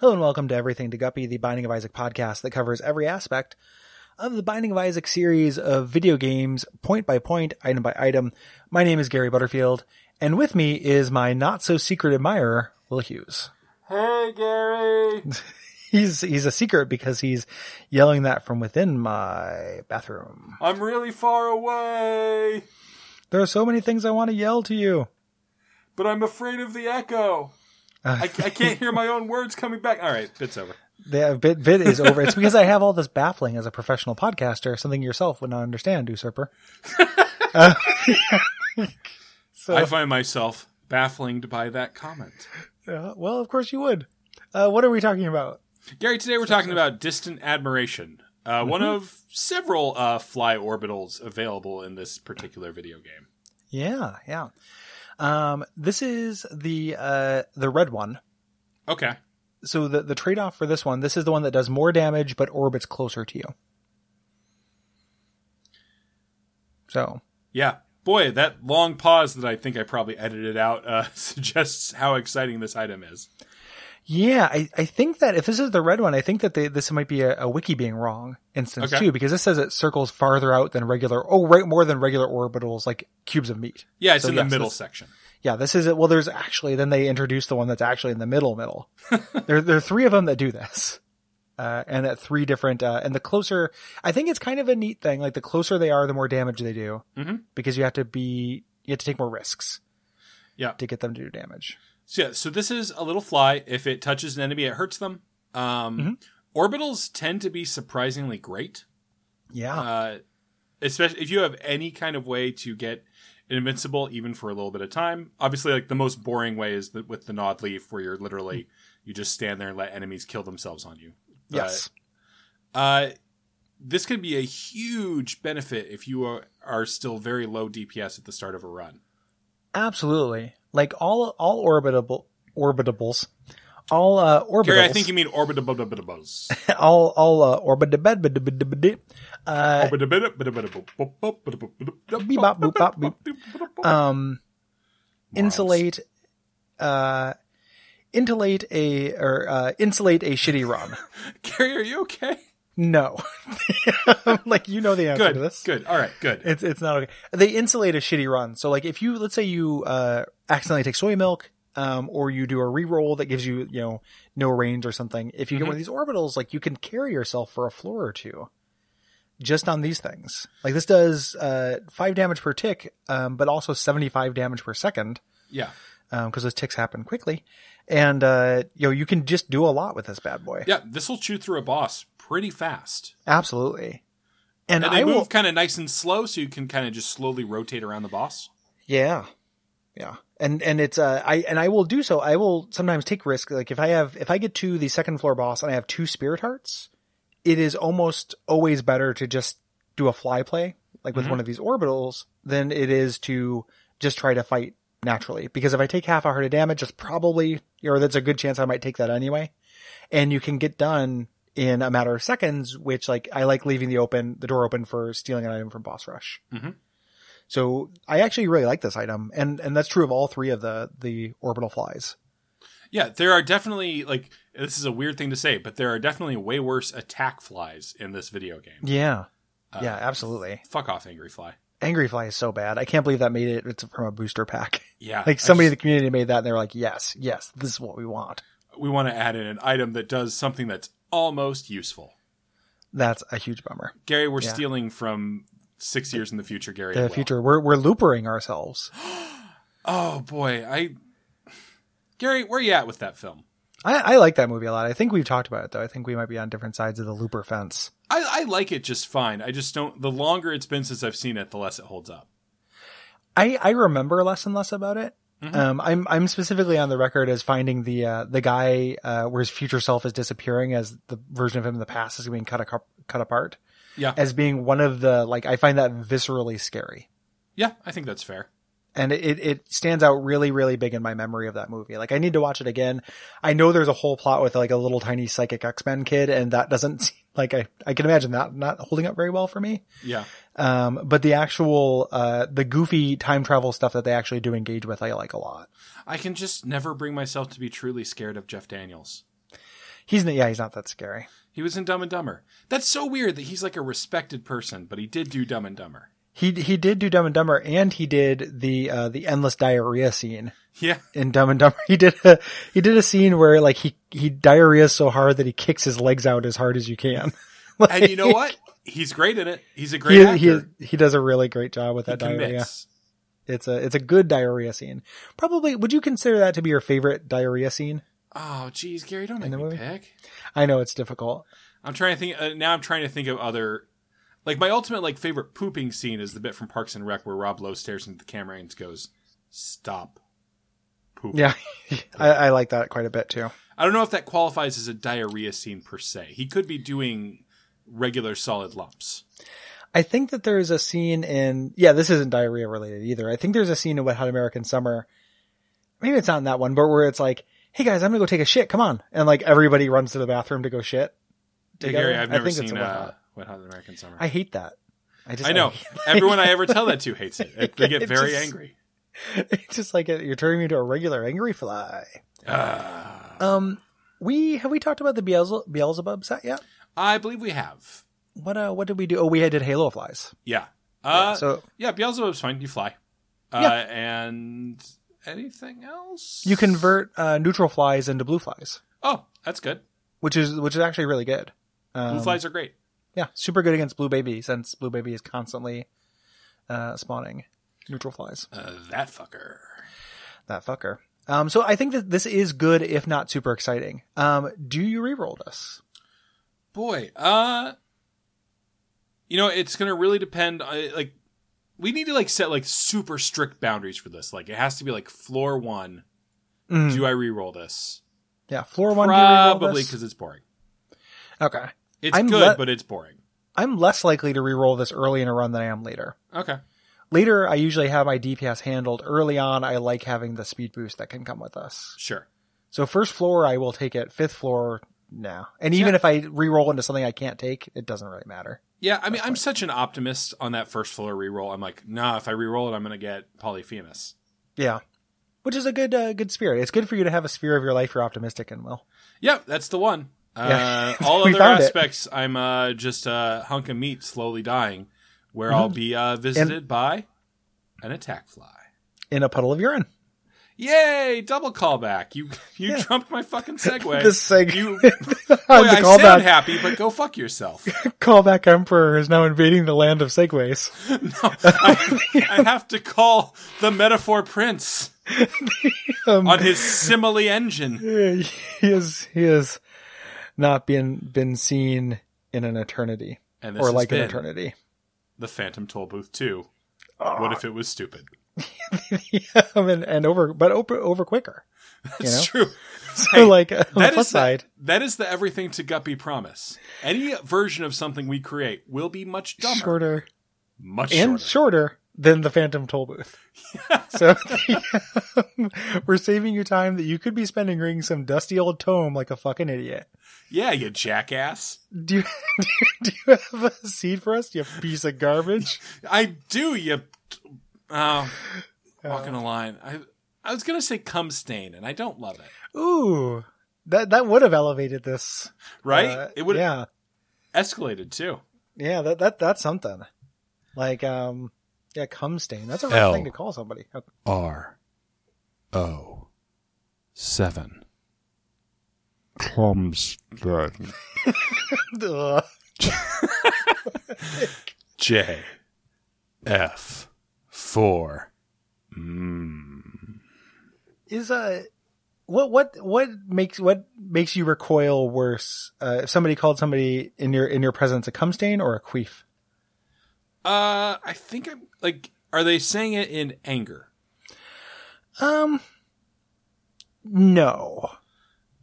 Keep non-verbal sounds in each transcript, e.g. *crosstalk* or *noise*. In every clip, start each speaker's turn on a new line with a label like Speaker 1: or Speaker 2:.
Speaker 1: Hello and welcome to Everything to Guppy, the Binding of Isaac podcast that covers every aspect of the Binding of Isaac series of video games, point by point, item by item. My name is Gary Butterfield, and with me is my not so secret admirer, Will Hughes.
Speaker 2: Hey,
Speaker 1: *laughs*
Speaker 2: Gary.
Speaker 1: He's he's a secret because he's yelling that from within my bathroom.
Speaker 2: I'm really far away,
Speaker 1: There are so many things I want to yell to you.
Speaker 2: but I'm afraid of the echo.
Speaker 1: *laughs*
Speaker 2: I, I can't hear my own words coming back. All right, it's over.
Speaker 1: The uh, bit bit is over. It's because I have all this baffling as a professional podcaster, something yourself would not understand, usurper. Uh, *laughs* so,
Speaker 2: I find myself baffled by that comment.
Speaker 1: uh, well, of course you would. Uh, what are we talking about?
Speaker 2: Gary, today we're talking about distant admiration, uh, one
Speaker 1: Mm-hmm.
Speaker 2: of several uh, fly orbitals available in this particular video game.
Speaker 1: Yeah, yeah. Um, this is the uh, the red one.
Speaker 2: Okay.
Speaker 1: So the the trade off for this one, this is the one that does more damage but orbits closer to you. So
Speaker 2: Yeah. Boy, that long pause that I think I probably edited out uh, *laughs* suggests how exciting this item is.
Speaker 1: Yeah, I, I think that if this is the red one, I think that they, this might be a, a wiki being wrong instance
Speaker 2: Okay.
Speaker 1: too, because this says it circles farther out than regular, oh, right, more than regular orbitals, like cubes of meat.
Speaker 2: Yeah, it's
Speaker 1: So
Speaker 2: in the
Speaker 1: yes,
Speaker 2: middle
Speaker 1: this-
Speaker 2: section.
Speaker 1: Yeah, this is it. Well, there's actually, then they introduced the one that's actually in the middle, middle. there, there are three of them that do this. Uh, and at three different, uh, and the closer, I think it's kind of a neat thing. Like the closer they are, the more damage they do
Speaker 2: Mhm.
Speaker 1: because you have to be, you have to take more risks.
Speaker 2: Yeah.
Speaker 1: To get them to do damage.
Speaker 2: So, yeah, so this is a little fly. If it touches an enemy, it hurts them. Um, Orbitals tend to be surprisingly great,
Speaker 1: Yeah.
Speaker 2: uh, especially if you have any kind of way to get invincible, even for a little bit of time. Obviously, like the most boring way is the, with the Nod Leaf, where you're literally you just stand there and let enemies kill themselves on you.
Speaker 1: yes.
Speaker 2: Uh, this could be a huge benefit if you are, are still very low DPS at the start of a run.
Speaker 1: Absolutely. Like all all orbitable orbitables, all uh orbitals,
Speaker 2: Gary, I think you mean orbitables.
Speaker 1: all all uh orbitable uh
Speaker 2: Bebop,
Speaker 1: boop, bop, um insulate uh insulate a or uh insulate a shitty
Speaker 2: *laughs*
Speaker 1: run.
Speaker 2: *laughs* Gary, are you okay?
Speaker 1: No. *laughs* like you know the answer
Speaker 2: Good.
Speaker 1: to this.
Speaker 2: Good. All right. Good.
Speaker 1: It's it's not okay. They insulate a shitty run. So like if you let's say you uh accidentally take soy milk, um, or you do a reroll that gives you you know no range or something. If you
Speaker 2: Mm-hmm.
Speaker 1: get one of these orbitals, like you can carry yourself for a floor or two, just on these things. Like this does uh five damage per tick, um, but also seventy five damage per second,
Speaker 2: Yeah.
Speaker 1: um, because those ticks happen quickly, and uh you know you can just do a lot with this bad boy.
Speaker 2: Yeah. This will chew through a boss pretty fast.
Speaker 1: Absolutely. And,
Speaker 2: And they
Speaker 1: I
Speaker 2: move
Speaker 1: will.
Speaker 2: kind of nice and slow, so you can kind of just slowly rotate around the boss.
Speaker 1: Yeah. Yeah. And and it's uh I and I will do so. I will sometimes take risks. Like if I have if I get to the second floor boss and I have two spirit hearts, it is almost always better to just do a fly play, like with one of these orbitals, than it is to just try to fight naturally. Because if I take half a heart of damage, it's probably or that's a good chance I might take that anyway. And you can get done in a matter of seconds, which like I like leaving the open the door open for stealing an item from boss rush. So I actually really like this item, and and that's true of all three of the the orbital flies.
Speaker 2: Yeah. There are definitely like this is a weird thing to say, but there are definitely way worse attack flies in this video game. Uh,
Speaker 1: Yeah, yeah, absolutely.
Speaker 2: Fuck off, angry fly.
Speaker 1: Uh, Angry Fly is so bad. I can't believe that made it. It's from a booster pack. *laughs*
Speaker 2: Yeah. I
Speaker 1: Like somebody in
Speaker 2: just-
Speaker 1: the community made that, and they were like, "Yes, yes, this is what we want."
Speaker 2: we want to add in an item that does something that's almost useful.
Speaker 1: That's a huge bummer.
Speaker 2: Gary, we're
Speaker 1: Yeah.
Speaker 2: stealing from six years in the future, Gary.
Speaker 1: The
Speaker 2: as well.
Speaker 1: future, we're we're loopering ourselves.
Speaker 2: Oh boy, I Gary, where you at with that film?
Speaker 1: I, I like that movie a lot. I think we've talked about it though. I think we might be on different sides of the looper fence.
Speaker 2: I, I like it just fine. I just don't. The longer it's been since I've seen it, the less it holds up.
Speaker 1: I, I remember less and less about it. Um, I'm I'm specifically on the record as finding the uh, the guy uh, where his future self is disappearing as the version of him in the past is being cut a, cut apart
Speaker 2: Yeah,
Speaker 1: as being one of the like I find that viscerally scary
Speaker 2: yeah, I think that's fair.
Speaker 1: and it it stands out really really big in my memory of that movie. Like I need to watch it again. I know there's a whole plot with like a little tiny psychic X Men kid, and that doesn't *laughs* seem- like I I can imagine that not holding up very well for me.
Speaker 2: Yeah,
Speaker 1: Um, but the actual uh the goofy time travel stuff that they actually do engage with, I like a lot.
Speaker 2: I can just never bring myself to be truly scared of Jeff Daniels.
Speaker 1: He's n- yeah, he's not that scary.
Speaker 2: He was in Dumb and Dumber. That's so weird that he's like a respected person, but he did do Dumb and Dumber.
Speaker 1: He he did do Dumb and Dumber, and he did the uh, the endless diarrhea scene
Speaker 2: Yeah.
Speaker 1: in Dumb and Dumber. *laughs* He did a he did a scene where like he he diarrheas so hard that he kicks his legs out as hard as you can. *laughs* Like,
Speaker 2: And you know what? He's great in it. He's a great
Speaker 1: He,
Speaker 2: actor.
Speaker 1: he he does a really great job with
Speaker 2: He
Speaker 1: that diarrhea.
Speaker 2: commits.
Speaker 1: It's a it's a good diarrhea scene. Probably would you consider that to be your favorite diarrhea scene?
Speaker 2: Oh, geez, Gary, don't
Speaker 1: In
Speaker 2: make
Speaker 1: the
Speaker 2: me
Speaker 1: movie?
Speaker 2: pick.
Speaker 1: I know it's difficult.
Speaker 2: I'm trying to think. Uh, now I'm trying to think of other. Like my ultimate like favorite pooping scene is the bit from Parks and Rec where Rob Lowe stares into the camera and goes, "Stop." Pooping.
Speaker 1: Yeah, *laughs* I, I like that quite a bit too.
Speaker 2: I don't know if that qualifies as a diarrhea scene per se. He could be doing regular solid lumps.
Speaker 1: I think that there is a scene in yeah, this isn't diarrhea related either. I think there's a scene in Wet Hot American Summer. Maybe it's not in that one, but where it's like, "Hey guys, I'm gonna go take a shit. Come on!" And like everybody runs to the bathroom to go shit.
Speaker 2: Hey,
Speaker 1: together.
Speaker 2: Gary, I've
Speaker 1: I
Speaker 2: never
Speaker 1: think it's
Speaker 2: seen
Speaker 1: a Wet
Speaker 2: uh,
Speaker 1: Hot.
Speaker 2: Wet Hot American Summer.
Speaker 1: I
Speaker 2: I,
Speaker 1: hate that. I just *laughs*
Speaker 2: know *laughs* everyone I ever tell that to hates it. They get
Speaker 1: It
Speaker 2: very
Speaker 1: just- *laughs*
Speaker 2: angry.
Speaker 1: it's just like you're turning me into a regular angry fly.
Speaker 2: Ah.
Speaker 1: Um, we have we talked about the Beelze- Beelzebub set yet?
Speaker 2: I believe we have.
Speaker 1: What uh, what did we do? Oh, we did Halo flies.
Speaker 2: Yeah. Uh,
Speaker 1: yeah, so
Speaker 2: Yeah, Beelzebub's fine. You fly. Uh,
Speaker 1: Yeah.
Speaker 2: And anything else?
Speaker 1: you convert uh, neutral flies into blue flies,
Speaker 2: Oh, that's good.
Speaker 1: which is which is actually really good.
Speaker 2: Blue
Speaker 1: Um,
Speaker 2: flies are great.
Speaker 1: yeah, super good against blue baby since blue baby is constantly uh, spawning neutral flies.
Speaker 2: Uh, that fucker.
Speaker 1: That fucker. Um, so I think that this is good, if not super exciting. Um, do you reroll this?
Speaker 2: Boy. Uh, you know, it's gonna really depend. I, like, we need to like set like super strict boundaries for this. Like, it has to be like floor one.
Speaker 1: Mm,
Speaker 2: Do I re-roll this?
Speaker 1: yeah, floor one. do you reroll
Speaker 2: Probably
Speaker 1: this?
Speaker 2: because it's boring.
Speaker 1: okay.
Speaker 2: It's
Speaker 1: I'm
Speaker 2: good,
Speaker 1: le-
Speaker 2: but it's boring.
Speaker 1: I'm less likely to reroll this early in a run than I am later.
Speaker 2: Okay.
Speaker 1: Later, I usually have my DPS handled. Early on, I like having the speed boost that can come with us.
Speaker 2: Sure.
Speaker 1: So first floor, I will take it. Fifth floor, no. And even
Speaker 2: Yeah.
Speaker 1: if I reroll into something I can't take, it doesn't really matter.
Speaker 2: Yeah, I mean, I'm such an optimist on that first floor re-roll. I'm like, nah, if I re-roll it, I'm going to get Polyphemus.
Speaker 1: Yeah, which is a good uh, good spirit. It's good for you to have a sphere of your life you're optimistic in. Will
Speaker 2: Yep, that's the one.
Speaker 1: Yeah. *laughs*
Speaker 2: Uh, all
Speaker 1: We
Speaker 2: other
Speaker 1: found it.
Speaker 2: aspects, I'm uh, just a hunk of meat slowly dying, where
Speaker 1: Mm-hmm.
Speaker 2: I'll be uh, visited by an attack fly.
Speaker 1: in a puddle of urine.
Speaker 2: Yay! Double callback. You *laughs* you
Speaker 1: Yeah.
Speaker 2: trumped
Speaker 1: *laughs*
Speaker 2: my fucking segue.
Speaker 1: This seg- *laughs*
Speaker 2: You, boy,
Speaker 1: the
Speaker 2: I sound
Speaker 1: callback
Speaker 2: happy, but go
Speaker 1: *laughs*
Speaker 2: fuck yourself. *laughs*
Speaker 1: callback emperor is now invading the land of segways.
Speaker 2: No, I, I have to call the metaphor prince
Speaker 1: Um,
Speaker 2: on his simile engine.
Speaker 1: *laughs* he is he is not been been seen in an eternity
Speaker 2: And this
Speaker 1: or
Speaker 2: has
Speaker 1: like an
Speaker 2: been
Speaker 1: eternity.
Speaker 2: the Phantom Toll Booth too.
Speaker 1: Oh. *laughs*
Speaker 2: What if it was stupid? *laughs*
Speaker 1: Um, and, and over, but over, over quicker. You know?
Speaker 2: It's true.
Speaker 1: *laughs* So
Speaker 2: Hey,
Speaker 1: like on the
Speaker 2: that
Speaker 1: flip
Speaker 2: is the-
Speaker 1: side,
Speaker 2: That is the everything to Guppy promise. Any version of something we create will be much dumber,
Speaker 1: shorter
Speaker 2: much
Speaker 1: and
Speaker 2: shorter.
Speaker 1: shorter than the Phantom Toll
Speaker 2: *laughs*
Speaker 1: Booth. so *laughs* we're saving you time that you could be spending reading some dusty old tome like a fucking idiot.
Speaker 2: yeah, you jackass.
Speaker 1: Do you, *laughs* do you, do you have a seed for us? You piece of
Speaker 2: *laughs*
Speaker 1: garbage.
Speaker 2: I do. You oh, walking
Speaker 1: Uh,
Speaker 2: a line. I I was gonna say cum stain, and I don't love it.
Speaker 1: Uh, ooh, that that would have elevated this,
Speaker 2: Right?
Speaker 1: Uh,
Speaker 2: it would have
Speaker 1: yeah,
Speaker 2: escalated too.
Speaker 1: yeah. That that that's something. Like um, yeah, cum stain. That's a rough
Speaker 2: L.
Speaker 1: thing to call somebody. *laughs*
Speaker 2: R O seven. Cum stain.
Speaker 1: Ugh.
Speaker 2: J F four. Mm.
Speaker 1: is uh what what what makes what makes you recoil worse uh, if somebody called somebody in your in your presence a cum stain or a queef
Speaker 2: Uh, I think I'm like, are they saying it in anger?
Speaker 1: um no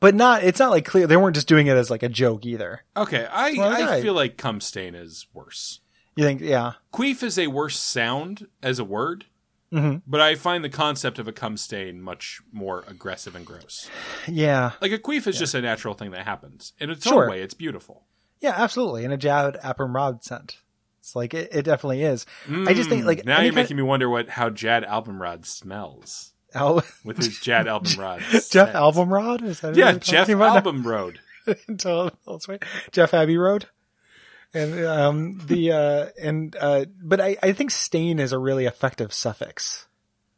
Speaker 1: but not it's not like clear they weren't just doing it as like a joke either
Speaker 2: Okay, I
Speaker 1: Well,
Speaker 2: I
Speaker 1: yeah.
Speaker 2: feel like cum stain is worse.
Speaker 1: you think yeah
Speaker 2: Queef is a worse sound as a word,
Speaker 1: hmm
Speaker 2: but I find the concept of a cum stain much more aggressive and gross.
Speaker 1: yeah
Speaker 2: Like a queef is just a natural thing that happens in its
Speaker 1: Sure.
Speaker 2: own way. It's beautiful.
Speaker 1: yeah absolutely and a jab apramrod scent it's like it, it definitely is i just think like
Speaker 2: Mm, now
Speaker 1: any
Speaker 2: you're
Speaker 1: kind
Speaker 2: making me wonder what how Jad Albumrod smells
Speaker 1: of- Al- *laughs*
Speaker 2: with his Jad Albumrod.
Speaker 1: jeff
Speaker 2: scent.
Speaker 1: albumrod is that who
Speaker 2: Yeah,
Speaker 1: we're
Speaker 2: Jeff
Speaker 1: talking about now?
Speaker 2: Albumrod.
Speaker 1: *laughs* until elsewhere. Jeff Abbey Road. And um the uh and uh but I, I think stain is a really effective suffix.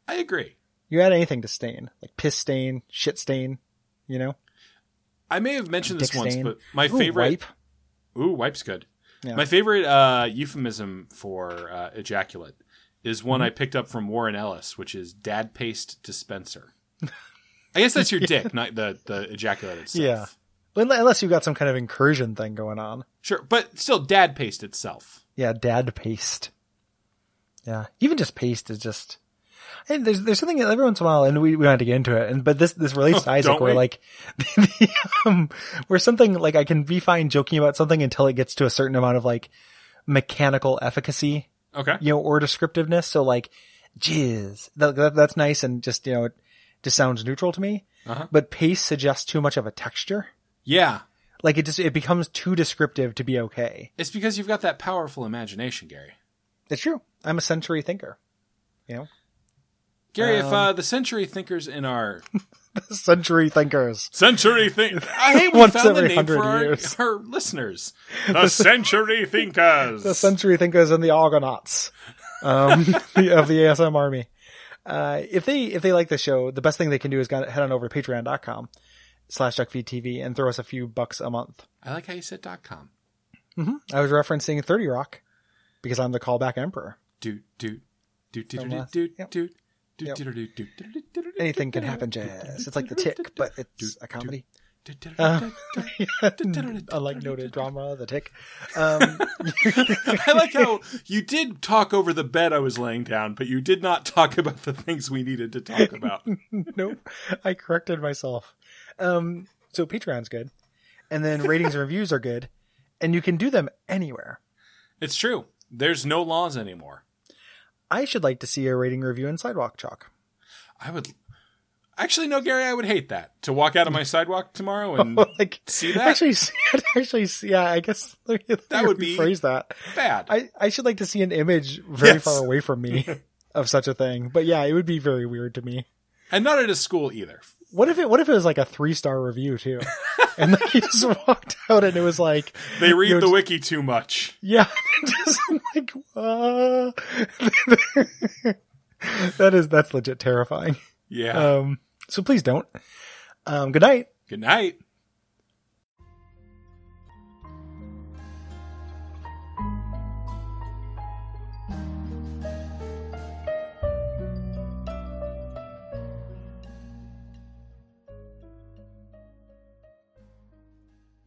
Speaker 2: I agree.
Speaker 1: You add anything to stain, like piss stain, shit stain, you know?
Speaker 2: I may have mentioned this
Speaker 1: Dick
Speaker 2: once,
Speaker 1: stain.
Speaker 2: but my
Speaker 1: Ooh,
Speaker 2: favorite.
Speaker 1: wipe.
Speaker 2: Ooh, wipe's good.
Speaker 1: Yeah.
Speaker 2: My favorite uh, euphemism for uh, ejaculate is one I picked up from Warren Ellis, which is dad paste dispenser. I guess
Speaker 1: *laughs*
Speaker 2: that's your dick, not the the ejaculate itself.
Speaker 1: Yeah. Unle- Unless you've got some kind of incursion thing going on.
Speaker 2: Sure, but still dad paste itself.
Speaker 1: Yeah, dad paste. Yeah, even just paste is just. And there's there's something every once in a while, and we we don't have to get into it. And but this this relates to
Speaker 2: *laughs* Oh,
Speaker 1: Isaac,
Speaker 2: don't
Speaker 1: where
Speaker 2: we?
Speaker 1: like, *laughs* the, um, where something like I can be fine joking about something until it gets to a certain amount of like mechanical efficacy,
Speaker 2: Okay.
Speaker 1: you know, or descriptiveness. So like, jizz, that, that- that's nice, and just you know, it just sounds neutral to me.
Speaker 2: Uh-huh.
Speaker 1: But paste suggests too much of a texture.
Speaker 2: Yeah.
Speaker 1: Like it just it becomes too descriptive to be okay.
Speaker 2: It's because you've got that powerful imagination, Gary.
Speaker 1: It's true. I'm a sensory thinker.
Speaker 2: Gary, if
Speaker 1: Um,
Speaker 2: uh, the century thinkers
Speaker 1: *laughs*
Speaker 2: in our
Speaker 1: Century thinkers.
Speaker 2: century think,
Speaker 1: *laughs*
Speaker 2: I hate we
Speaker 1: Once
Speaker 2: found the
Speaker 1: every
Speaker 2: name for
Speaker 1: 100
Speaker 2: our,
Speaker 1: years.
Speaker 2: our
Speaker 1: *laughs*
Speaker 2: listeners, the century thinkers.
Speaker 1: The century thinkers and the Argonauts um, *laughs* the- of the ASM army. Uh, if they if they like the show, the best thing they can do is go- head on over to patreon.com slash duckfeedtv and throw us a few bucks a month.
Speaker 2: I like how you said dot com.
Speaker 1: hmm I was referencing 30 Rock because I'm the callback emperor.
Speaker 2: Doot doot doot doot
Speaker 1: From
Speaker 2: doot
Speaker 1: last-
Speaker 2: doot
Speaker 1: yep.
Speaker 2: doot doot
Speaker 1: Yep.
Speaker 2: doot doot doot doot doot
Speaker 1: Anything can happen, Jazz. It's like the tick, but it's a comedy. Uh, *laughs* Unlike noted drama, the tick. Um,
Speaker 2: *laughs* I like how you did talk over the bed I was laying down, but you did not talk about the things we needed to talk about.
Speaker 1: *laughs* nope. I corrected myself. Um, so Patreon's good. And then ratings and reviews are good. And you can do them anywhere.
Speaker 2: It's true. There's no laws anymore.
Speaker 1: I should like to see a rating review in Sidewalk Chalk. *laughs*
Speaker 2: I would actually no, Gary. I would hate that to walk out on my sidewalk tomorrow
Speaker 1: *laughs*
Speaker 2: and
Speaker 1: like,
Speaker 2: see that?
Speaker 1: Actually, *laughs* see- actually, see- yeah, I guess *laughs* let me, let
Speaker 2: That
Speaker 1: me
Speaker 2: would be-
Speaker 1: rephrase that.
Speaker 2: bad.
Speaker 1: I, I should like to see an image very
Speaker 2: Yes.
Speaker 1: far away from
Speaker 2: *laughs*
Speaker 1: me of such a thing. But yeah, it would be very weird to me.
Speaker 2: and not at a school either.
Speaker 1: What if it, what if it was like a three star review
Speaker 2: *laughs*
Speaker 1: too? and like you just walked out and it was like,
Speaker 2: They read
Speaker 1: you know,
Speaker 2: the wiki too much.
Speaker 1: Yeah, *laughs* just like uh, *laughs* that is that's legit terrifying.
Speaker 2: Yeah.
Speaker 1: Um, so please don't. Um, good night.
Speaker 2: Good night.